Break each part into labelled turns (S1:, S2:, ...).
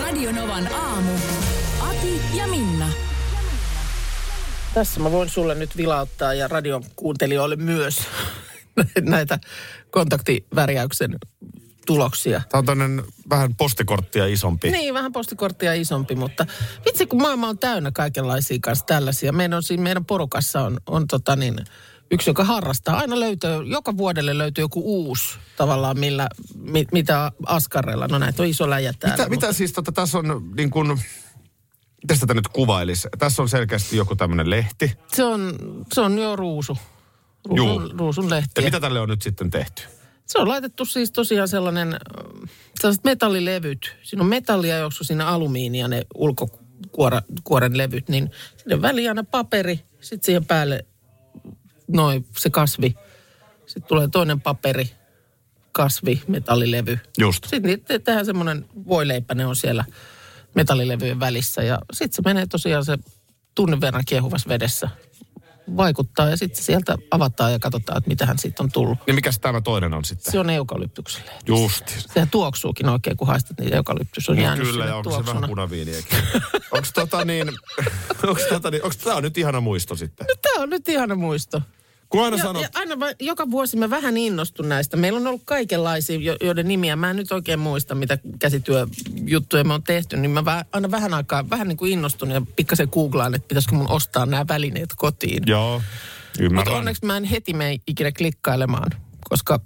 S1: Radionovan aamu. Ati ja Minna.
S2: Tässä mä voin sulle nyt vilauttaa ja radion kuuntelijoille myös näitä kontaktivärjäyksen tuloksia.
S3: Tämä on tämmöinen vähän postikorttia isompi.
S2: Niin, vähän postikorttia isompi, mutta vitsi kun maailma on täynnä kaikenlaisia kanssa tällaisia. Meidän, on, siinä meidän porukassa on, on tota niin, yksi, joka harrastaa. Aina löytyy, joka vuodelle löytyy joku uusi tavallaan, millä, mi, mitä askarella. No näitä on iso läjä täällä.
S3: Mitä, mitä siis tota, tässä on niin kuin, miten tätä nyt kuvailisi? Tässä on selkeästi joku tämmöinen lehti.
S2: mutta Se on, se on jo ruusu. Ruusun,
S3: Juu.
S2: ruusun
S3: Ja
S2: lehtiä.
S3: mitä tälle on nyt sitten tehty?
S2: Se on laitettu siis tosiaan sellainen, äh, sellaiset metallilevyt. Siinä on metallia, jossa siinä alumiinia ne ulkokuoren levyt, niin sinne väliin aina paperi, sitten siihen päälle noin se kasvi. Sitten tulee toinen paperi, kasvi, metallilevy.
S3: Just.
S2: Sitten niitä te- tehdään semmoinen voileipä, ne on siellä metallilevyjen välissä. Ja sitten se menee tosiaan se tunnin verran kiehuvassa vedessä vaikuttaa ja sitten sieltä avataan ja katsotaan, että mitähän siitä on tullut.
S3: Niin mikäs tämä toinen on sitten?
S2: Se on eukalyptukselle.
S3: Just.
S2: Sehän tuoksuukin oikein, kun haistat, niin eukalyptus on jäänyt
S3: Kyllä,
S2: sinne
S3: ja onko se
S2: tuoksuna.
S3: vähän punaviiniäkin? onko tota niin, onko tota niin, onko tämä on nyt ihana muisto sitten?
S2: Tämä on nyt ihana muisto.
S3: Kun aina
S2: Ja,
S3: sanot,
S2: ja aina va- joka vuosi mä vähän innostun näistä. Meillä on ollut kaikenlaisia, jo- joiden nimiä mä en nyt oikein muista, mitä käsityöjuttuja me on tehty. Niin mä vä- aina vähän aikaa, vähän niin kuin innostun ja pikkasen googlaan, että pitäisikö mun ostaa nämä välineet kotiin.
S3: joo,
S2: Mutta
S3: ymmärrän.
S2: onneksi mä en heti mene ikinä klikkailemaan, koska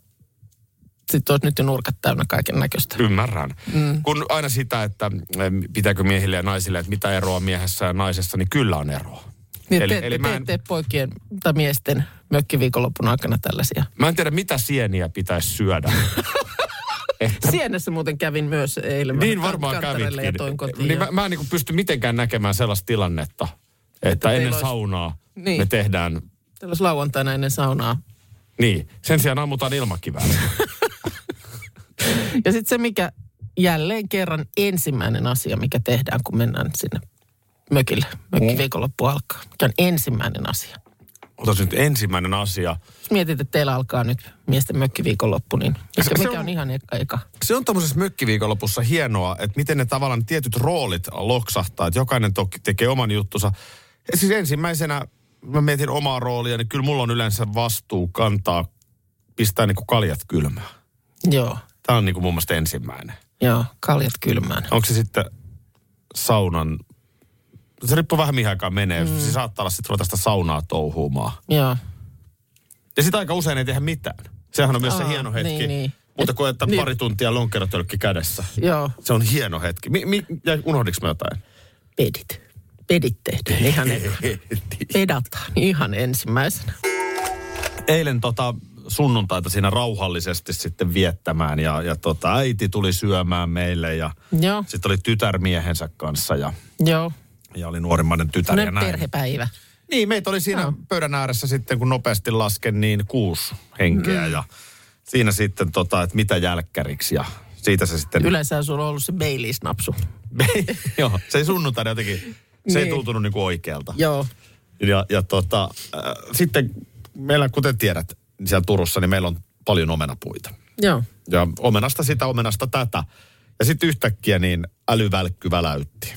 S2: sitten olisi nyt jo nurkat täynnä kaiken näköistä.
S3: Ymmärrän. Mm. Kun aina sitä, että em, pitääkö miehille ja naisille, että mitä eroa miehessä ja naisessa, niin kyllä on eroa.
S2: Niin eli, te, eli te, en... te poikien tai miesten mökkiviikonlopun aikana tällaisia.
S3: Mä en tiedä, mitä sieniä pitäisi syödä.
S2: Sienessä muuten kävin myös eilen. Mä
S3: niin
S2: kant-
S3: varmaan
S2: kantarelle
S3: kävitkin.
S2: Ja toin kotiin.
S3: Niin
S2: Niin,
S3: mä, mä en niin pysty mitenkään näkemään sellaista tilannetta, että,
S2: teillä
S3: ennen
S2: olisi-
S3: saunaa
S2: Niin.
S3: me tehdään...
S2: lauantaina ennen saunaa.
S3: Niin, sen sijaan ammutaan ilmakiväällä.
S2: Ja sitten se, mikä jälleen kerran ensimmäinen asia, mikä tehdään, kun mennään sinne mökille. Mökkiviikonloppu alkaa. Mikä on ensimmäinen asia.
S3: Ota se nyt ensimmäinen asia.
S2: Jos mietit, että teillä alkaa nyt miesten mökkiviikonloppu, niin
S3: Se-
S2: mikä,
S3: se
S2: mikä
S3: on-
S2: on ihan eka? eka?
S3: Se on tuommoisessa mökkiviikonlopussa hienoa, että miten ne tavallaan tietyt roolit loksahtaa, että jokainen toki tekee oman juttunsa. Ja siis ensimmäisenä mä mietin omaa roolia, niin kyllä mulla on yleensä vastuu kantaa, pistää niinku kaljat kylmään.
S2: Joo,
S3: Tämä on niinku mun mielestä ensimmäinen.
S2: joo, kaljat kylmään.
S3: Onko se sitten saunan... Se riippuu vähän mihin aikaan menee. Mm. Se saattaa olla sitten ruveta sitä saunaa touhuumaan.
S2: Joo.
S3: Ja sitten aika usein ei tehdä mitään. Sehän on myös se
S2: Aa,
S3: hieno hetki.
S2: niin, niin.
S3: Mutta kun että
S2: Niin.
S3: pari tuntia lonkerotölkki kädessä.
S2: Joo,
S3: Se on hieno hetki. Mi, mi, ja unohdinko mä jotain?
S2: pedit. Pedit tehdään ihan eka. Pedataan ihan ensimmäisenä.
S3: Eilen tota sunnuntaita siinä rauhallisesti sitten viettämään ja, ja tota, äiti tuli syömään meille ja
S2: Joo,
S3: sitten oli tytär miehensä kanssa ja,
S2: joo.
S3: ja oli nuorimmainen tytär ja
S2: Tämmöinen
S3: näin.
S2: perhepäivä.
S3: Niin, meitä oli siinä
S2: Joo.
S3: pöydän ääressä sitten, kun nopeasti lasken, niin kuusi henkeä
S2: Mm.
S3: ja siinä sitten tota, että mitä jälkkäriksi ja siitä se sitten...
S2: Yleensä sulla on ollut se Baileys-napsu.
S3: Joo, se ei sunnuntaina jotenkin, se ei
S2: Niin.
S3: tuntunut niinku oikealta.
S2: Joo.
S3: Ja, ja tota, äh, sitten meillä, kuten tiedät, niin siellä Turussa, niin meillä on paljon omenapuita.
S2: Joo.
S3: Ja omenasta sitä, omenasta tätä. Ja sitten yhtäkkiä niin älyvälkky väläytti,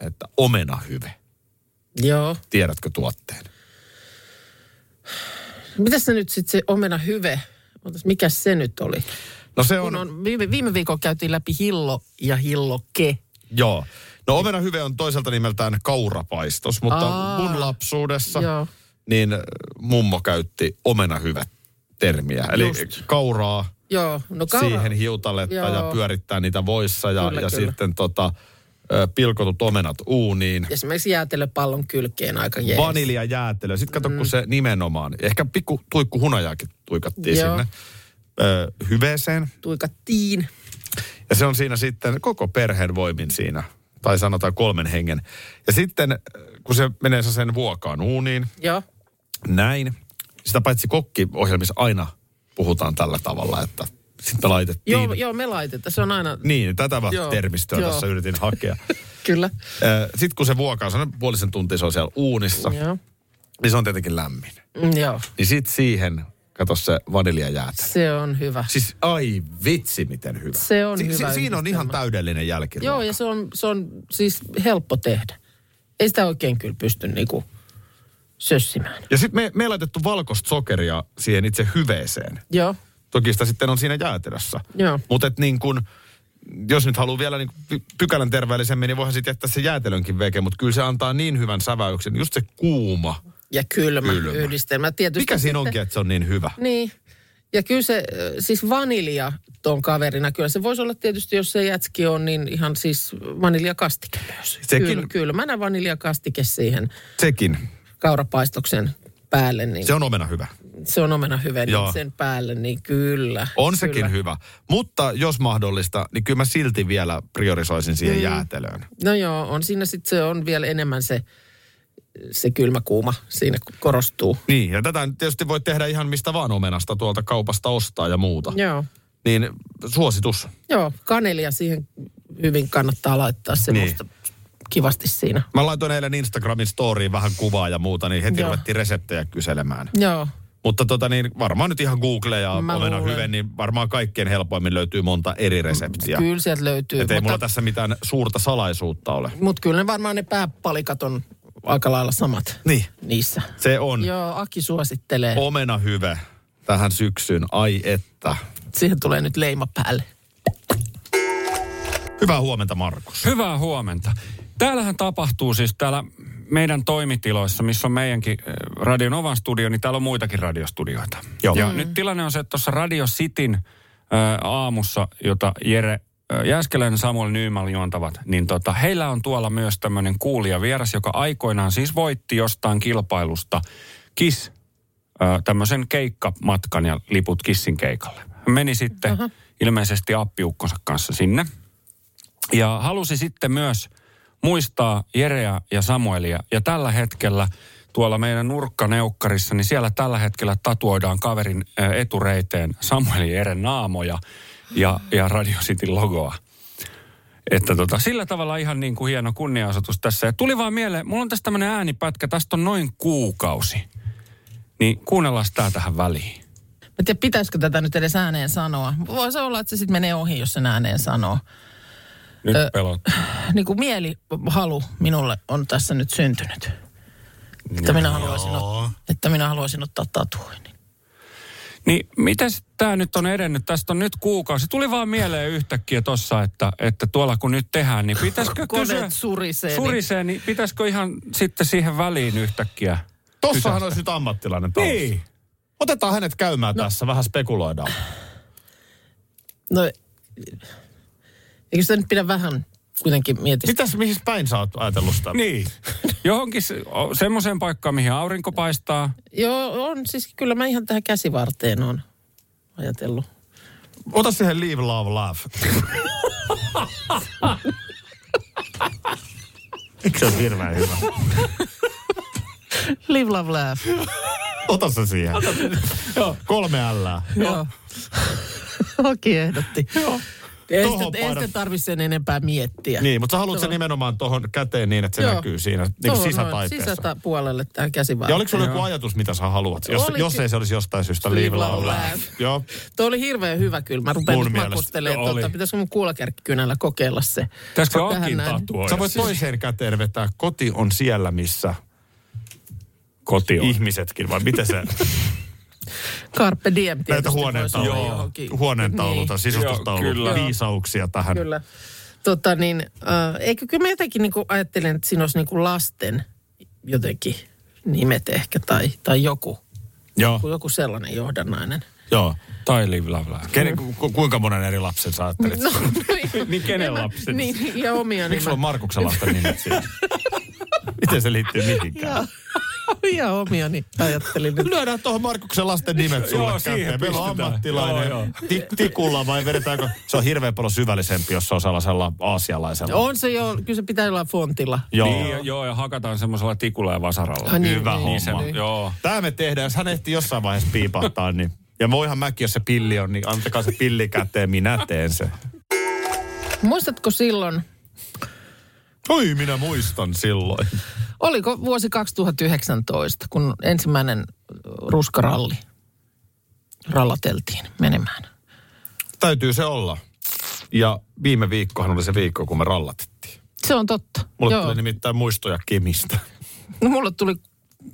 S3: että omenahyve,
S2: Joo.
S3: tiedätkö tuotteen?
S2: Mitäs se nyt sitten se omena hyve? Ootas, Mikä se nyt oli?
S3: No se on,
S2: Kun on, viime, viime viikolla käytiin läpi hillo ja hilloke.
S3: joo. No omenahyve on toiselta nimeltään kaurapaistos, mutta
S2: Aa.
S3: mun lapsuudessa
S2: Joo.
S3: niin äh, mummo käytti omenahyve-termiä. Eli
S2: Just.
S3: kauraa,
S2: Joo, no kaura.
S3: kaura. siihen hiutaletta Joo. ja
S2: Joo.
S3: pyörittää niitä voissa ja,
S2: Kyllä,
S3: ja
S2: kyllä.
S3: sitten tota, ö, pilkotut omenat uuniin.
S2: Esimerkiksi jäätelöpallon kylkeen aika jees.
S3: Vanilja jäätelö. Sitten kato, mm. kun se nimenomaan, ehkä pikku tuikku hunajaakin tuikattiin Joo.
S2: Joo.
S3: sinne ö, hyveeseen.
S2: Tuikattiin.
S3: Ja se on siinä sitten koko perheen voimin siinä, tai sanotaan kolmen hengen. Ja sitten, äh, kun se menee sen vuokaan uuniin,
S2: Joo.
S3: näin. Sitä paitsi kokkiohjelmissa aina puhutaan tällä tavalla, että sitten laitettiin.
S2: Joo, joo, me laitetaan. Se on aina,
S3: Niin, tätä vasta
S2: Joo,
S3: termistöä
S2: joo.
S3: tässä yritin hakea.
S2: kyllä.
S3: Sitten kun se vuokaa, se on puolisen tuntia se on siellä uunissa,
S2: Joo.
S3: niin se on tietenkin lämmin.
S2: Mm, joo,
S3: Niin sit siihen, kato se vaniljajäätä.
S2: se on hyvä.
S3: Siis ai vitsi, miten hyvä.
S2: Se on hyvä
S3: Siinä on
S2: yhdistelmä.
S3: ihan täydellinen jälkiruoka.
S2: Joo, ja se on, se on siis helppo tehdä. Ei sitä oikein kyllä pysty niinku sössimään.
S3: Ja sitten me, me ei laitettu valkoista sokeria siihen itse hyveeseen.
S2: Joo,
S3: Toki sitä sitten on siinä jäätelössä.
S2: Joo.
S3: Mutta niin kun, jos nyt haluaa vielä niin kun py- pykälän terveellisemmin, niin voihan sitten jättää se jäätelönkin veke, mutta kyllä se antaa niin hyvän säväyksen, just se kuuma.
S2: ja kylmä,
S3: Kylmä.
S2: kylmä. yhdistelmä. Tietysti
S3: Mikä siinä
S2: sitten-
S3: onkin, että se on niin hyvä?
S2: Niin. Ja kyllä se, ö, siis vanilja tuon kaverina, kyllä se voisi olla tietysti, jos se jätski on, niin ihan siis vaniljakastike myös.
S3: Sekin-
S2: Kyllä, kylmänä vaniljakastike siihen
S3: Sekin.
S2: kaurapaistoksen päälle, niin
S3: Se on omena hyvä.
S2: se on omena hyvä,
S3: Joo.
S2: niin sen päälle, niin kyllä.
S3: On sekin
S2: kyllä.
S3: hyvä. Mutta jos mahdollista, niin kyllä mä silti vielä priorisoisin siihen mm. jäätelöön.
S2: No joo, on siinä sitten se on vielä enemmän se, se kylmä kuuma siinä kun korostuu.
S3: Niin, ja tätä nyt tietysti voi tehdä ihan mistä vaan omenasta tuolta kaupasta ostaa ja muuta.
S2: Joo.
S3: Niin suositus.
S2: Joo, kanelia siihen hyvin kannattaa laittaa semmoista
S3: Niin.
S2: kivasti siinä.
S3: Mä laitoin eilen Instagramin storyin vähän kuvaa ja muuta, niin heti Joo.
S2: Joo.
S3: ruvettiin reseptejä kyselemään.
S2: Joo,
S3: Mutta tota niin, varmaan nyt ihan Google ja
S2: Mä
S3: omena
S2: luulen.
S3: hyvin, niin varmaan kaikkien helpoimmin löytyy monta eri reseptiä.
S2: kyllä sieltä löytyy.
S3: Että ei mulla tässä mitään suurta salaisuutta ole.
S2: Mutta kyllä ne varmaan ne pääpalikat on aika lailla samat
S3: Niin. Mm.
S2: niissä.
S3: Se on
S2: Joo, Aki suosittelee. Oh.
S3: omena hyvä tähän syksyyn. Ai että.
S2: Siihen tulee nyt leima päälle.
S3: Hyvää huomenta Markus.
S4: Hyvää huomenta. Täällähän tapahtuu siis täällä meidän toimitiloissa, missä on meidänkin eh, Radio Novan studio, niin täällä on muitakin radiostudioita.
S3: Joo.
S4: Ja nyt tilanne on se, että tuossa Radio Cityn ö, aamussa, jota Jere ö, Jääskeläinen ja Samuel Nyymal juontavat, niin tota, heillä on tuolla myös tämmöinen kuulija vieras, joka aikoinaan siis voitti jostain kilpailusta KISS ö, tämmöisen keikkamatkan ja liput Kissin keikalle. Hän Meni sitten uh-huh. ilmeisesti appiukkonsa kanssa sinne. Ja halusi sitten myös muistaa Jereä ja Samuelia. Ja tällä hetkellä tuolla meidän nurkkaneukkarissa, niin siellä tällä hetkellä tatuoidaan kaverin ö, etureiteen Samuelin ja Jeren naamoja ja, ja Radio Cityn logoa. Että tota, sillä tavalla ihan niin kuin hieno kunniaosoitus tässä. Ja tuli vaan mieleen, mulla on tässä tämmöinen äänipätkä, tästä on noin kuukausi. Niin kuunnellaan tää tähän väliin.
S2: Mä en tiedä, pitäisikö tätä nyt edes ääneen sanoa. Voi se olla, että se sitten menee ohi, jos sen ääneen sanoo.
S4: Nyt
S2: Ö,
S4: pelot.
S2: Niin kuin mielihalu minulle on tässä nyt syntynyt. Että minä haluaisin, ot- että minä haluaisin ottaa tatuoinnin.
S4: Niin miten tämä nyt on edennyt? Tästä on nyt kuukausi. Tuli vaan mieleen yhtäkkiä tossa, että, että tuolla kun nyt tehdään, niin pitäisikö
S2: Koneet
S4: kysyä...
S2: surisee, niin-
S4: Surisee, niin pitäisikö ihan sitten siihen väliin yhtäkkiä?
S3: Tossahan olisi nyt ammattilainen taas.
S4: Niin.
S3: Otetaan hänet käymään no. tässä, vähän spekuloidaan.
S2: No, eikö sitä nyt pidä vähän kuitenkin mietiä?
S3: Mitäs, mihin päin sä oot ajatellut sitä?
S4: Niin. Johonkin se- o- semmoiseen paikkaan, mihin aurinko paistaa.
S2: Joo, on siis kyllä mä ihan tähän käsivarteen on ajatellut.
S3: Ota siihen leave, love, laugh. Se on hirveän hyvä.
S2: Live, love, laugh.
S3: Ota se siihen. Joo. Kolme ällää.
S2: Joo. Hoki ehdotti. Joo. Ei
S3: Tohon
S2: sitä, ei
S3: paina.
S2: sitä tarvitse sen enempää miettiä.
S3: Niin, mutta sä haluat sen nimenomaan tuohon käteen niin, että se
S2: Joo.
S3: näkyy siinä niin kuin
S2: Tuohon noin
S3: sisätaiteessa.
S2: Sisäpuolelle tähän käsivarteen.
S3: Ja oliko sulla joku ajatus, mitä sä haluat? Jos,
S2: Oli
S3: jos
S2: ky-
S3: ei se olisi jostain syystä leave, love, laugh. Joo.
S2: Tuo oli hirveän hyvä kyllä. Mä rupean
S3: Mun
S2: nyt
S3: mielestä.
S2: makustelemaan.
S4: Joo, oli.
S2: Tuota, pitäisikö mun kuulakärkikynällä kokeilla se?
S4: Pitäisikö
S2: Tähän
S4: Akin
S2: näin.
S4: tatuoida?
S3: Sä voit toiseen käteen vetää, koti on siellä, missä
S4: Koti on.
S3: ihmisetkin, vai miten se?
S2: Carpe diem
S3: Näitä
S2: tietysti voisi olla
S3: huoneentauluja,
S2: johonkin.
S3: huoneentauluta, niin.
S4: Joo,
S3: sisustustauluta,
S4: kyllä.
S3: viisauksia tähän.
S2: Kyllä. Tota niin, äh, eikö kyllä mä jotenkin niin ajattelen, että siinä olisi niin lasten jotenkin nimet ehkä tai, tai joku,
S3: Joo,
S2: joku- joku sellainen johdannainen.
S3: joo.
S4: Tai live, love, laugh.
S3: Kenen, ku, ku- kuinka monen eri lapsen sä ajattelit?
S2: No,
S4: Niin kenen
S2: en mä-
S4: lapset?
S2: Niin, niin, ja omia
S3: Miksi
S2: niin
S3: sulla on
S2: mä-
S3: Markuksen lasten nimet siinä? Miten se liittyy mihinkään?
S2: Joo. omia omiani, ajattelin nyt.
S3: Lyödään tuohon Markuksen lasten nimet sulle
S4: Joo, siihen
S3: käteen. Meillä on
S4: pistetään.
S3: ammattilainen.
S4: Joo, joo.
S3: Ti- tikulla vai vedetäänkö? Se on hirveän paljon syvällisempi, jos se on sellaisella aasialaisella.
S2: On se jo, kyllä se pitää olla fontilla.
S3: Joo.
S4: Niin, ja- joo, ja hakataan semmoisella tikulla ja vasaralla.
S2: Ai
S3: Hyvä
S4: Niin se,
S3: homma.
S4: joo.
S3: Tämä me tehdään, jos hän ehtii jossain vaiheessa piipahtaa, niin... Ja voihan mäkin, jos se pilli on, niin antakaa se pilli käteen, minä teen se.
S2: Muistatko silloin,
S3: Oi, minä muistan silloin.
S2: oliko vuosi 2019, kun ensimmäinen ruskaralli rallateltiin menemään?
S3: Täytyy se olla. Ja viime viikkohan oli se viikko, kun me rallatettiin.
S2: Se on totta.
S3: Mulle Joo.
S2: Joo.
S3: tuli nimittäin muistoja Kemistä.
S2: No, mulle tuli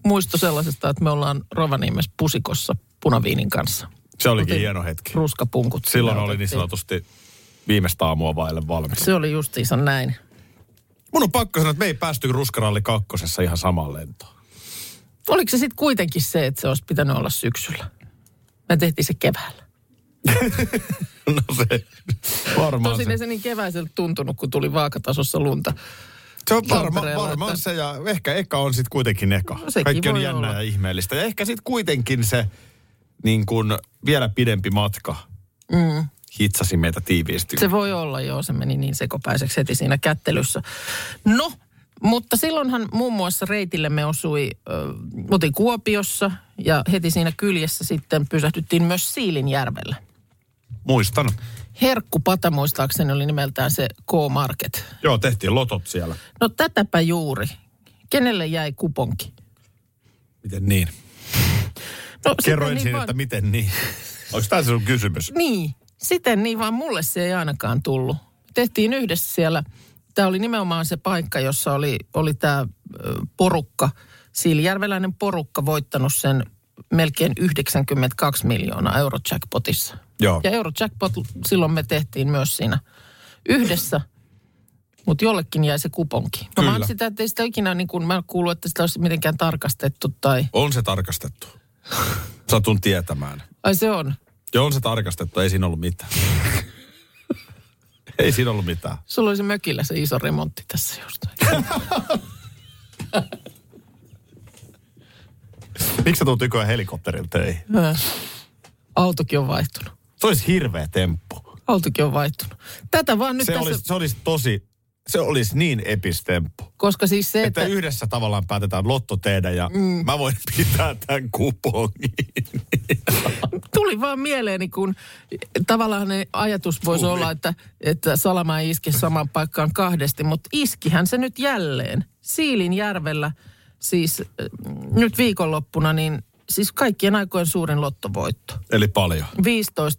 S2: muisto sellaisesta, että me ollaan Rovaniemessä pusikossa punaviinin kanssa.
S3: Se olikin
S2: Otin
S3: hieno hetki.
S2: Ruskapunkut.
S3: Silloin
S2: sinne
S3: oli niin
S2: otettiin.
S3: sanotusti viimeistä aamua vaille valmis.
S2: Se oli justiinsa näin.
S3: Mun on pakko sanoa, että me ei päästy ruskaralli kakkosessa ihan samaan lentoon.
S2: Oliko se sitten kuitenkin se, että se olisi pitänyt olla syksyllä? Me tehtiin se keväällä.
S3: No se varmaan
S2: Tosin ei se niin keväiseltä tuntunut, kun tuli vaakatasossa lunta.
S3: Se on varma,
S2: Tampereella,
S3: varmaan
S2: että-
S3: se ja ehkä eka on sitten kuitenkin eka.
S2: No sekin
S3: Kaikki on
S2: voi
S3: jännää
S2: olla.
S3: ja ihmeellistä. Ja ehkä sitten kuitenkin se niin kun vielä pidempi matka
S2: Mm.
S3: hitsasi meitä tiiviisti. Se...
S2: Se voi olla, joo. Se meni niin sekopäiseksi heti siinä kättelyssä. No, mutta silloinhan muun muassa reitillemme osui, äh, oltiin Kuopiossa ja heti siinä kyljessä sitten pysähdyttiin myös Siilinjärvellä.
S3: Muistan.
S2: Herkkupata muistaakseni oli nimeltään se K-Market.
S3: Joo, tehtiin lotot siellä.
S2: No tätäpä juuri. Kenelle jäi kuponki?
S3: Miten niin?
S2: No,
S3: Kerro
S2: sitten
S3: ensin,
S2: vaan-
S3: että miten niin. Onko tämä se sun kysymys?
S2: Niin, siten niin vaan mulle se ei ainakaan tullut. Tehtiin yhdessä siellä, tämä oli nimenomaan se paikka, jossa oli, oli tämä porukka, Siilijärveläinen porukka voittanut sen melkein 92 miljoonaa Eurojackpotissa.
S3: Joo.
S2: Ja Eurojackpot silloin me tehtiin myös siinä yhdessä, mutta jollekin jäi se kuponki. No mä oon
S3: Kyllä.
S2: sitä, että ei sitä ikinä, niin kun mä en kuullut, että sitä olisi mitenkään tarkastettu tai...
S3: On se tarkastettu. Satun tietämään.
S2: Ai se on.
S3: Joo, on se tarkastettu. Ei siinä ollut mitään. ei siinä ollut mitään.
S2: Sulla oli se mökillä se iso remontti tässä just.
S3: Miksi sä tuut nykyään helikopterilla töihin?
S2: Äh. Autokin on vaihtunut.
S3: Se olisi hirveä temppu.
S2: Autokin on vaihtunut. Tätä vaan nyt
S3: se,
S2: tässä,
S3: olisi, se olisi tosi, se olisi niin epistemppu.
S2: koska siis se,
S3: Että,
S2: että...
S3: että yhdessä tavallaan päätetään lotto tehdä ja mm. mä voin pitää tämän kupongin.
S2: tuli vaan mieleeni, kun tavallaan ne ajatus voisi olla, että, että Salama ei iske samaan paikkaan kahdesti, mutta iskihän se nyt jälleen. Siilinjärvellä siis äh, nyt viikonloppuna, niin siis kaikkien aikojen suurin lottovoitto.
S3: Eli paljon.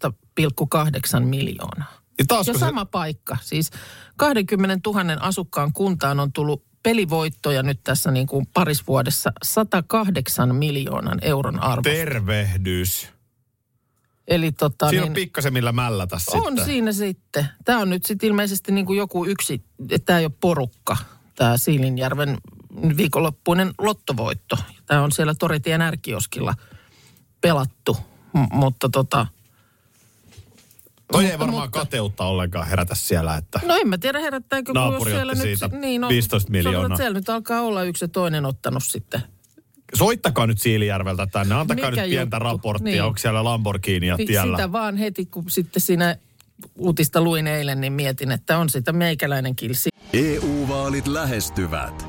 S2: 15,8 miljoonaa.
S3: Ja taas
S2: Ja
S3: kun
S2: sama paikka. Siis 20 000 asukkaan kuntaan on tullut pelivoittoja nyt tässä niin kuin parisvuodessa 108 miljoonan euron
S3: se
S2: arvo.
S3: tervehdys.
S2: Eli tota,
S3: Siinä
S2: niin,
S3: on pikkasen millä mällätä sitten.
S2: on siinä sitten. Tämä on nyt sitten ilmeisesti niin kuin joku yksi, että tämä ei ole porukka, tämä Siilinjärven viikonloppuinen lottovoitto. Tämä on siellä Toritien ärkioskilla pelattu, M- mutta tota,
S3: Toi ei
S2: Mutta-
S3: varmaan
S2: mutta-
S3: kateutta ollenkaan herätä siellä, että
S2: No en mä tiedä herättääkö, kun jos
S3: Naapuri
S2: siellä
S3: otti
S2: nyt...
S3: siitä
S2: niin, on-
S3: 15 miljoonaa.
S2: sanotaan, että Siellä nyt alkaa olla yksi ja toinen ottanut sitten.
S3: soittakaa nyt Siilijärveltä tänne, antakaa
S2: Mikä
S3: nyt pientä
S2: juttu?
S3: raporttia,
S2: Niin.
S3: onko siellä Lamborghinia
S2: Vi-
S3: tiellä.
S2: Sitä vaan heti, kun sitten siinä uutista luin eilen, niin mietin, että on sitä meikäläinen kilsi.
S5: EU-vaalit E lähestyvät.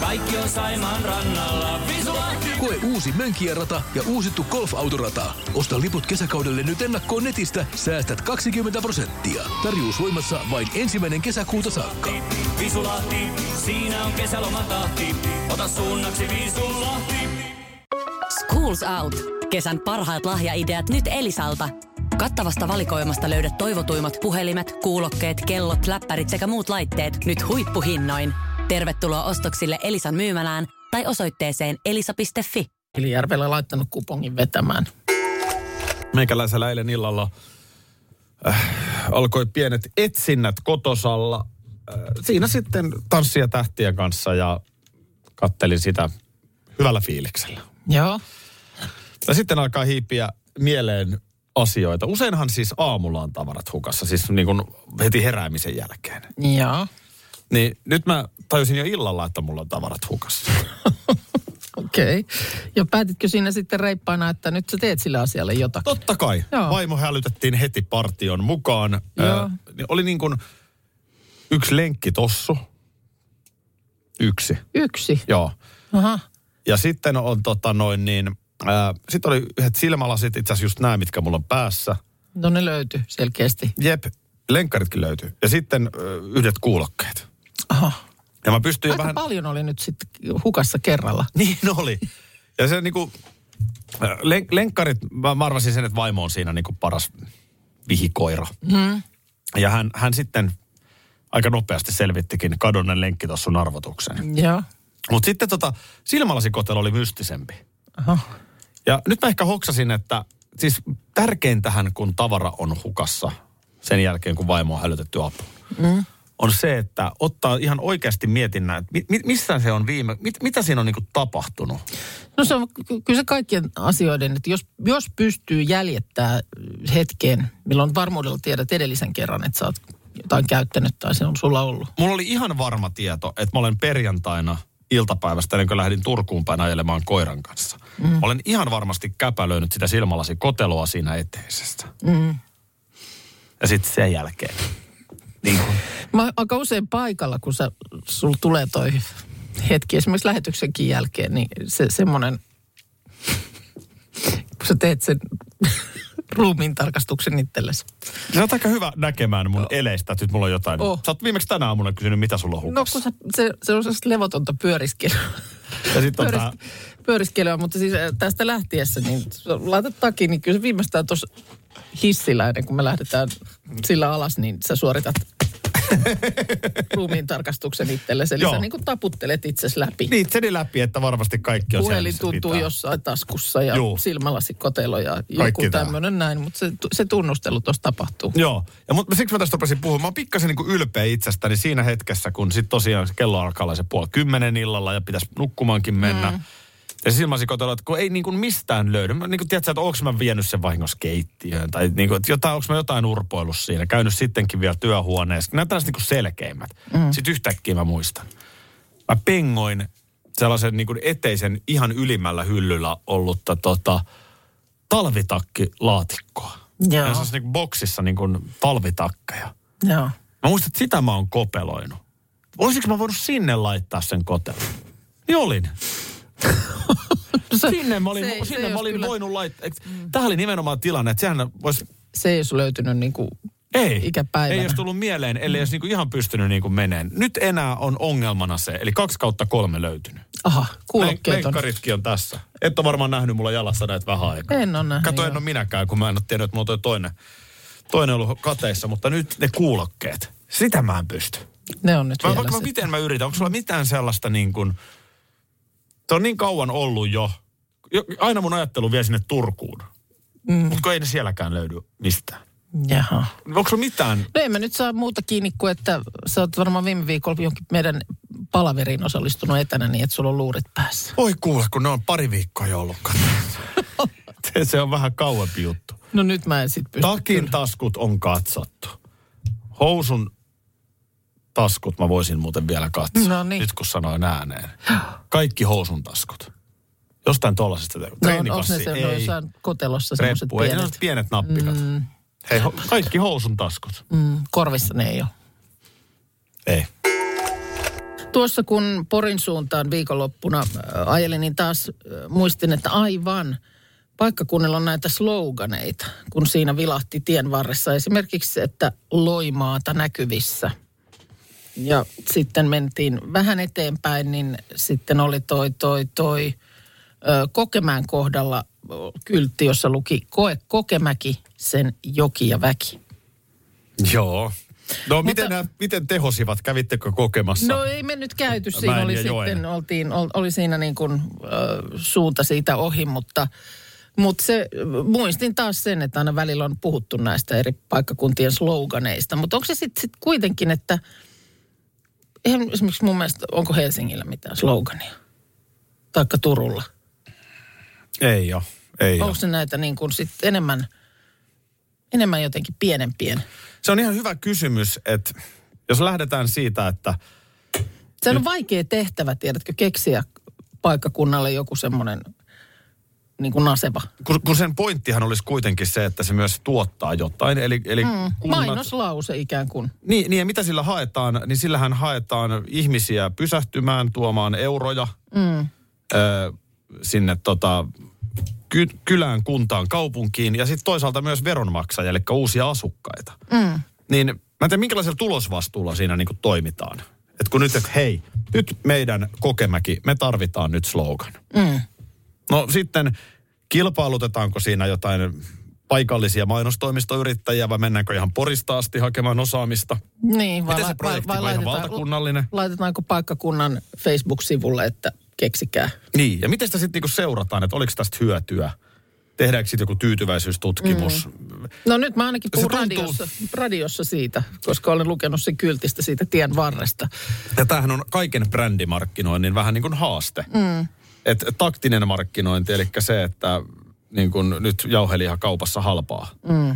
S6: kaikki on Saimaan rannalla.
S7: Koe uusi Mönkijärata ja uusittu golfautorata. Osta liput kesäkaudelle nyt ennakkoon netistä, säästät 20 prosenttia. Tarjous voimassa vain ensimmäinen kesäkuuta saakka.
S6: Viisulahti, siinä on kesälomatahti. Ota suunnaksi Viisulahti.
S8: Schools Out. Kesän parhaat lahjaideat nyt Elisalta. Kattavasta valikoimasta löydät toivotuimmat puhelimet, kuulokkeet, kellot, läppärit sekä muut laitteet nyt huippuhinnoin. Tervetuloa ostoksille Elisan myymälään tai osoitteeseen elisa.fi.
S2: Kilijärvellä laittanut kupongin vetämään.
S3: Meikäläisellä eilen illalla äh, alkoi pienet etsinnät kotosalla. Äh, siinä sitten tanssia tähtien kanssa ja kattelin sitä hyvällä fiiliksellä.
S2: Joo.
S3: Ja sitten alkaa hiipiä mieleen asioita. Useinhan siis aamulla on tavarat hukassa, siis niin kuin heti heräämisen jälkeen.
S2: Joo.
S3: Niin nyt mä tajusin jo illalla, että mulla on tavarat hukassa.
S2: Okei. Okay. Ja päätitkö siinä sitten reippaana, että nyt sä teet sille asialle jotakin?
S3: Totta kai.
S2: Joo.
S3: Joo. Vaimo hälytettiin heti partion mukaan.
S2: Joo.
S3: Ö, niin oli niin kuin yksi lenkki tossu. Yksi.
S2: Yksi.
S3: Joo.
S2: Aha.
S3: Ja sitten on tota noin niin, sitten oli yhdet silmälasit, itse asiassa just nämä, mitkä mulla on päässä.
S2: No ne löytyi selkeästi.
S3: Jep, lenkkaritkin löytyy. Ja sitten ö, yhdet kuulokkeet.
S2: Aha.
S3: Ja mä pystyin
S2: Aika
S3: vähän...
S2: paljon oli nyt sitten hukassa kerralla.
S3: Niin oli. Ja se niinku, ö, len, lenkkarit, mä, mä arvasin sen, että vaimo on siinä niinku paras vihikoira. Mm. Ja hän, hän sitten aika nopeasti selvittikin kadonneen lenkkitossun arvotuksen.
S2: Joo.
S3: Mutta sitten tota, silmälasikotelo oli mystisempi.
S2: Aha.
S3: Ja nyt mä ehkä hoksasin, että siis tärkeintähän, kun tavara on hukassa sen jälkeen, kun vaimo on hälytetty apuun, mm. on se, että ottaa ihan oikeasti mietinnän, että mi- mi- missä se on viime, mit- mitä siinä on niinku tapahtunut.
S2: No se on ky- kyllä se kaikkien asioiden, että jos, jos pystyy jäljittää hetkeen, milloin varmuudella tiedät edellisen kerran, että sä oot jotain käyttänyt tai se on sulla ollut.
S3: Mulla oli ihan varma tieto, että mä olen perjantaina iltapäivästä, ennen kuin lähdin Turkuun päin ajelemaan koiran kanssa. Mm. Olen ihan varmasti käpälöinyt sitä silmälasi koteloa siinä eteisestä. Mm. Ja sitten sen jälkeen. Niin kun,
S2: Mä oon aika usein paikalla, kun sä, sul tulee toi hetki, esimerkiksi lähetyksenkin jälkeen, niin se semmoinen, kun sä teet sen ruumiin tarkastuksen itsellesi.
S3: Sä oot aika hyvä näkemään mun eleistä, että nyt mulla on jotain.
S2: Oh.
S3: Oh. Sä oot viimeksi tänä aamuna kysynyt, mitä sulla on
S2: No
S3: hukassa.
S2: kun sä, se, se on sellaista levotonta pyöriskelyä.
S3: ja sit on tää,
S2: Pyöris, pyöriskelyä, mutta siis äh, tästä lähtiessä, niin sä laitat takin, niin kyllä se viimeistään tuossa hissillä, ennen kuin me lähdetään sillä alas, niin sä suoritat ruumiin tarkastuksen itsellesi. Eli Joo.
S3: Joo.
S2: sä niin kuin taputtelet itsesi läpi.
S3: niin sen läpi, että varmasti kaikki on
S2: Puhelin
S3: siellä, missä
S2: tuntuu
S3: pitää.
S2: jossain taskussa ja
S3: Juu.
S2: silmälasikotelo ja joku
S3: Kaikki tää.
S2: tämmöinen näin, mutta se, se tunnustelu tuossa tapahtuu.
S3: Joo, ja mut, siksi mä tästä rupesin puhumaan. Mä oon pikkasen niin ylpeä itsestäni siinä hetkessä, kun sit tosiaan se kello alkaa olla se puoli kymmenen illalla ja pitäisi nukkumaankin mennä. Mm. Ja se silmäsikotelo, että kun ei niin kuin mistään löydy. Mä niin kuin tiedät, sä, että onko mä vienyt sen vahingossa keittiöön tai niin kuin, että jotain, onko mä jotain urpoillut siinä. Käynyt sittenkin vielä työhuoneessa. Nämä tällaiset niin kuin selkeimmät. Mm. Sitten yhtäkkiä mä muistan. Mä pengoin sellaisen niin kuin eteisen ihan ylimmällä hyllyllä ollutta tota, talvitakkilaatikkoa.
S2: Joo.
S3: Ja se on niinku boksissa niinku talvitakkeja.
S2: Joo.
S3: Mä muistan, että sitä mä oon kopeloinut. Olisiko mä voinut sinne laittaa sen kotelon? Niin olin.
S2: No Se,
S3: Sinne mä olin,
S2: se ei- se
S3: sinne
S2: ei
S3: mä
S2: ois
S3: olin
S2: kyllä-
S3: voinut laittaa. Mm. Tähän oli nimenomaan tilanne, että sehän voisi...
S2: se ei olisi löytynyt niin kuin,
S3: Ei,
S2: Ikäpäivänä.
S3: ei olisi tullut mieleen, ellei olisi niinku ihan pystynyt niinku meneen. Nyt enää on ongelmana se, eli kaksi kautta kolme löytynyt.
S2: aha,
S3: Len-
S2: kuulokkeet on.
S3: Lenkkaritkin on tässä. Et ole varmaan nähnyt mulla jalassa näitä vähän aikaa.
S2: En oo nähnyt,
S3: Kato, en
S2: joo.
S3: ole minäkään, kun mä en ole tiennyt, että mulla on toi toinen, toinen ollut kateissa, mutta nyt ne kuulokkeet. Sitä mä en pysty.
S2: Ne on nyt
S3: Mä,
S2: vielä
S3: vaikka mä,
S2: sit-
S3: miten mä yritän, onko sulla mitään sellaista niin kuin, se on niin kauan ollut jo. jo aina mun ajattelu vie sinne Turkuun, mm. mutta ei ne sielläkään löydy mistään.
S2: Jaha.
S3: Onko sulla mitään?
S2: No en mä nyt saa muuta kiinni kuin, että sä oot varmaan viime viikolla jonkin meidän palaveriin osallistunut etänä niin, että sulla on luurit päässä.
S3: Voi kuule, kun ne on pari viikkoa jo ollut kateissa. Se- se on vähän kauempi juttu.
S2: No nyt mä en sit pysty.
S3: Takin taskut on katsottu. Housun taskut mä voisin muuten vielä katsoa.
S2: No niin.
S3: Nyt kun sanoin ääneen. Kaikki housun taskut. Jostain tollasesta.
S2: no, on- onks
S3: Treenikassi
S2: ne se,
S3: ei.
S2: jossain kotelossa semmoiset
S3: Reppu, ei ne on
S2: pienet?
S3: pienet nappikat. Mm. Hei, ho, kaikki housun taskut. Mm.
S2: Mm, korvissa ne ei ole.
S3: Ei.
S2: Tuossa kun Porin suuntaan viikonloppuna äh, ajelin, niin taas äh, muistin, että aivan paikkakunnilla on näitä sloganeita, kun siinä vilahti tien varressa. Esimerkiksi, että loimaata näkyvissä. Ja sitten mentiin vähän eteenpäin, niin sitten oli toi, toi, toi ö, Kokemään kohdalla ö, kyltti, jossa luki koe Kokemäki, sen joki ja väki.
S3: Joo. No Mutta... miten, nämä, miten tehosivat? Kävittekö kokemassa?
S2: No ei me nyt käyty. Siinä
S3: Mäen
S2: oli
S3: ja joen.
S2: sitten, oltiin, ol- oli siinä niin kuin, ö, suunta siitä ohi, mutta, mutta se, muistin taas sen, että aina välillä on puhuttu näistä eri paikkakuntien sloganeista. Mutta onko se sitten sit kuitenkin, että eihän esimerkiksi mun mielestä, onko Helsingillä mitään slogania? Taikka Turulla?
S3: Ei ole. Ei
S2: Onko se näitä niin kuin sit enemmän, enemmän jotenkin pienempien?
S3: Se on ihan hyvä kysymys, että jos lähdetään siitä, että
S2: Se on vaikea tehtävä, tiedätkö, keksiä paikkakunnalle joku semmoinen niin kuin naseva.
S3: kun, kun sen pointtihan olisi kuitenkin se, että se myös tuottaa jotain, eli, eli mm,
S2: Mainoslause ikään kuin.
S3: Niin, niin ja mitä sillä haetaan, niin sillähän haetaan ihmisiä pysähtymään, tuomaan euroja mm. ö, sinne tota, ky, kylään, kuntaan, kaupunkiin ja sitten toisaalta myös veronmaksajia, eli uusia asukkaita. Mm. Niin mä en tiedä, minkälaisella tulosvastuulla siinä niinku toimitaan. Et kun nyt, että hei, nyt meidän kokemäki, me tarvitaan nyt slogan. Mm. No sitten kilpailutetaanko siinä jotain paikallisia mainostoimistoyrittäjiä vai mennäänkö ihan porista asti hakemaan osaamista?
S2: Niin, vai,
S3: Miten se
S2: lai-
S3: projekti, vai, ihan valtakunnallinen?
S2: laitetaanko paikkakunnan Facebook-sivulle, että keksikää.
S3: Niin, ja miten sitä sitten niinku seurataan, että oliko tästä hyötyä? Tehdäänkö sitten joku tyytyväisyystutkimus? Mm.
S2: No nyt mä ainakin
S3: Se
S2: puhun
S3: tuntuu-
S2: radiossa, radiossa siitä, koska olen lukenut sen kyltistä siitä tien varresta.
S3: Ja tämähän on kaiken brändimarkkinoinnin vähän niin kuin haaste. Mm. Et taktinen markkinointi, eli se, että niin kuin nyt jauheliha kaupassa halpaa. Mm.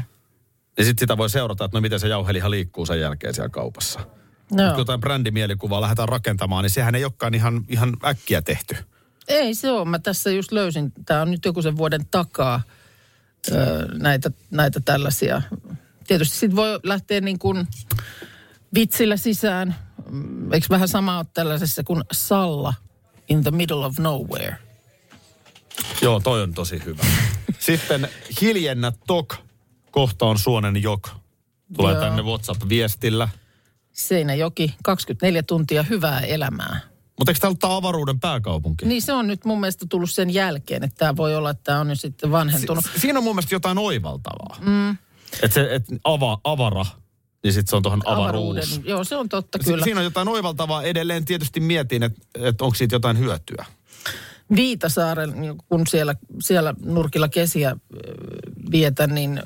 S3: Ja sitten sitä voi seurata, että no miten se jauheliha liikkuu sen jälkeen siellä kaupassa. Joo. Kun
S2: No.
S3: jotain brändimielikuvaa lähdetään rakentamaan, niin sehän ei olekaan ihan, ihan äkkiä tehty.
S2: Ei se ole, mä tässä just löysin, tämä on nyt joku sen vuoden takaa ö, näitä, näitä tällaisia. Tietysti sit voi lähteä niin kuin vitsillä sisään. Mm, Eikö vähän sama ole tällaisessa kuin Salla in the middle of nowhere?
S3: Joo, toi on tosi hyvä. Sitten hiljennä tok, kohta on suonen jok. Tulee
S2: Joo.
S3: Joo. tänne WhatsApp-viestillä.
S2: Seinäjoki, 24 tuntia hyvää elämää.
S3: Mutta eikö tämä ollut tää avaruuden pääkaupunki?
S2: Niin se on nyt mun mielestä tullut sen jälkeen, että tämä voi olla, että tämä on jo sitten vanhentunut.
S3: Si- siinä on mun mielestä jotain oivaltavaa. Mm. Että se et ava, avara, niin sitten se on tuohon avaruus.
S2: Avaruuden. Joo, se on totta
S3: Si-
S2: kyllä.
S3: Siinä on jotain oivaltavaa. Edelleen tietysti mietin, että et onko siitä jotain hyötyä.
S2: Viitasaaren, niin kun siellä, siellä nurkilla kesiä ö, vietän, niin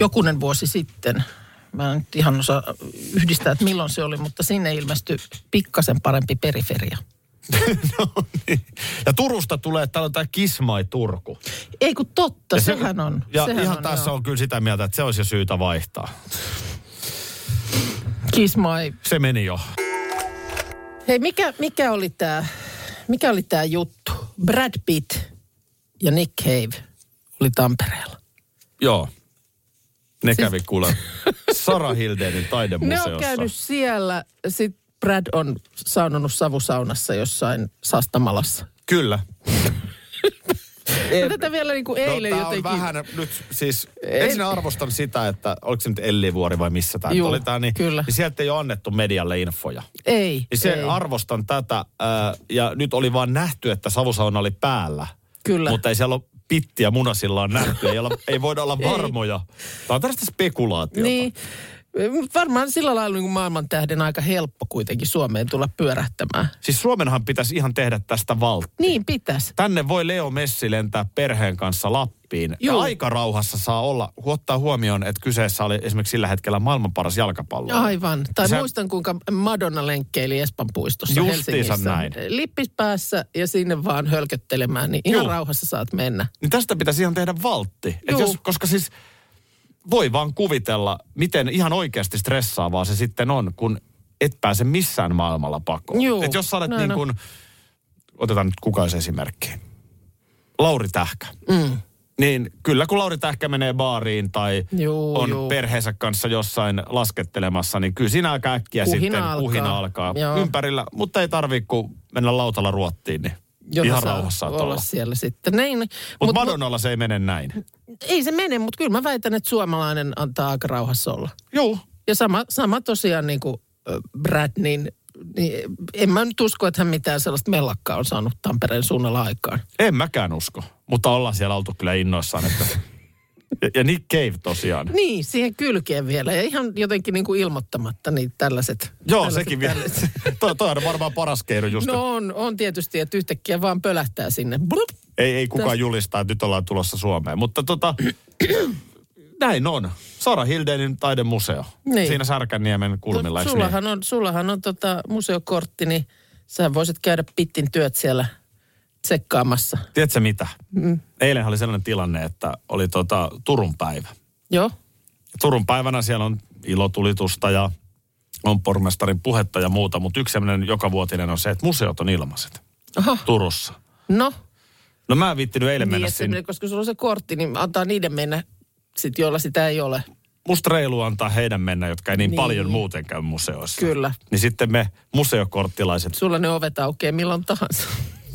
S2: jokunen vuosi sitten, mä en nyt ihan osaa yhdistää, että milloin se oli, mutta sinne ilmestyi pikkasen parempi periferia.
S3: no niin. Ja Turusta tulee, täällä on tämä Kismai Turku.
S2: Ei kun totta,
S3: Ja se-
S2: sehän on.
S3: Ja
S2: sehän
S3: ihan tässä
S2: joo.
S3: on kyllä sitä mieltä, että se olisi jo syytä vaihtaa.
S2: Kiss my...
S3: Se meni jo.
S2: Hei, mikä, mikä oli tämä mikä oli tää juttu? Brad Pitt ja Nick Cave oli Tampereella.
S3: Joo. Ne siis... kävi kuule Sara Hildenin
S2: Ne
S3: taidemuseossa.
S2: on käynyt siellä, sit Brad on saunonut savusaunassa jossain Sastamalassa.
S3: Kyllä.
S2: No tätä vielä niin kuin eilen
S3: no, tää
S2: jotenkin.
S3: on vähän nyt siis, ensin arvostan sitä, että oliko se nyt Elli Vuori vai missä tämä
S2: Juu,
S3: oli tää, niin,
S2: kyllä.
S3: niin sieltä ei ole annettu medialle infoja.
S2: Ei,
S3: Niin se
S2: ei.
S3: arvostan tätä, ää, ja nyt oli vaan nähty, että savusauna oli päällä.
S2: Kyllä.
S3: Mutta ei siellä ole pittiä munasillaan nähty, ei, olla, ei voida olla varmoja. Tämä on tällaista spekulaatiota.
S2: Niin, Mut varmaan sillä lailla niin maailman tähden aika helppo kuitenkin Suomeen tulla pyörähtämään.
S3: Siis Suomenhan pitäisi ihan tehdä tästä valta.
S2: Niin pitäisi.
S3: Tänne voi Leo Messi lentää perheen kanssa Lappiin. Joo.
S2: Juu.
S3: Ja aika rauhassa saa olla, kun ottaa huomioon, että kyseessä oli esimerkiksi sillä hetkellä maailman paras jalkapallo.
S2: Aivan. Tai
S3: Sä-
S2: Sä... muistan, kuinka Madonna lenkkeili Espan puistossa
S3: Justiinsa
S2: Helsingissä.
S3: näin.
S2: Lippis päässä ja sinne vaan hölköttelemään, niin ihan
S3: Juu.
S2: rauhassa saat mennä.
S3: Niin tästä pitäisi ihan tehdä valtti. Et
S2: Juu.
S3: jos, koska siis voi vaan kuvitella, miten ihan oikeasti stressaavaa se sitten on, kun et pääse missään maailmalla pakoon.
S2: Juu. No,
S3: Et jos sä olet
S2: Näin
S3: niin
S2: on.
S3: kuin, otetaan nyt kukaan se esimerkki. Lauri Tähkä. Mm. Niin kyllä kun Lauri Tähkä menee baariin tai
S2: Juu,
S3: on
S2: juu.
S3: perheensä kanssa jossain laskettelemassa, niin kyllä siinä aika äkkiä
S2: Kuhina
S3: sitten
S2: alkaa.
S3: kuhina alkaa
S2: Joo.
S3: ympärillä. Mutta ei tarvii kun mennä lautalla ruottiin, niin
S2: Jona
S3: ihan
S2: saa
S3: rauhassa saat
S2: olla,
S3: olla.
S2: siellä sitten. Niin, mut,
S3: Mutta
S2: mut,
S3: Madonnalla se ei mene näin.
S2: ei se mene, mutta kyllä mä väitän, että suomalainen antaa aika rauhassa olla.
S3: Joo.
S2: Ja sama, sama tosiaan niin kuin ö, Brad, niin, niin en mä nyt usko, että hän mitään sellaista mellakkaa on saanut Tampereen suunnalla aikaan.
S3: En mäkään usko. Mutta ollaan siellä oltu kyllä innoissaan, että Ja, ja Nick Cave tosiaan.
S2: Niin, siihen kylkeen vielä. Ja ihan jotenkin niin kuin ilmoittamatta niin tällaiset.
S3: Joo,
S2: tällaiset
S3: sekin vielä.
S2: tällaiset.
S3: toi, toi on varmaan paras keino just, no.
S2: No on, on tietysti, että yhtäkkiä vaan pölähtää sinne. Blup.
S3: ei, ei kukaan julista, että nyt ollaan tulossa Suomeen. Mutta tota, näin on. Sara Hildenin taidemuseo.
S2: Niin. No,
S3: Siinä Särkänniemen kulmilla, eikö niin?
S2: Sullahan on, sullahan on tota museokortti, niin sä voisit käydä pittin työt siellä tsekkaamassa.
S3: Tiedätkö mitä? Mm. Eilen oli sellainen tilanne, että oli tota Turun päivä.
S2: Joo,
S3: Turun päivänä siellä on ilotulitusta ja on pormestarin puhetta ja muuta, mutta yksi sellainen jokavuotinen on se, että museot on ilmaiset
S2: Aha.
S3: Turussa.
S2: no.
S3: No mä en viittinyt eilen niin,
S2: Niin,
S3: mennä
S2: että
S3: sinne.
S2: se, koska sulla on se kortti, niin antaa niiden mennä sit, joilla sitä ei ole.
S3: Musta reilu antaa heidän mennä, jotka ei niin,
S2: Niin.
S3: niin. paljon muuten käy museoissa.
S2: Kyllä.
S3: Niin sitten me museokorttilaiset.
S2: Sulla ne ovet aukeaa milloin tahansa.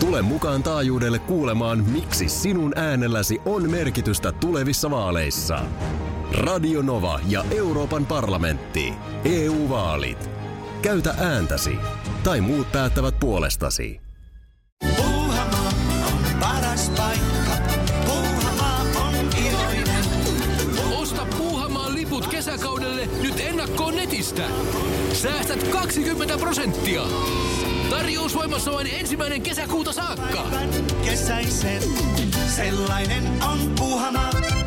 S5: Tule mukaan taajuudelle kuulemaan, miksi sinun äänelläsi on merkitystä tulevissa vaaleissa. Radio Nova ja Euroopan parlamentti. EU-vaalit. Käytä ääntäsi. Tai muut päättävät puolestasi.
S6: Puuhamaa on paras paikka. Puuhamaa on iloinen.
S7: Osta Puuhamaan liput kesäkaudelle nyt ennakkoon netistä. Säästät 20 prosenttia. Tarjous voimassa vain ensimmäinen kesäkuuta saakka.
S6: Kesäisen. Sellainen on Puuhamaa.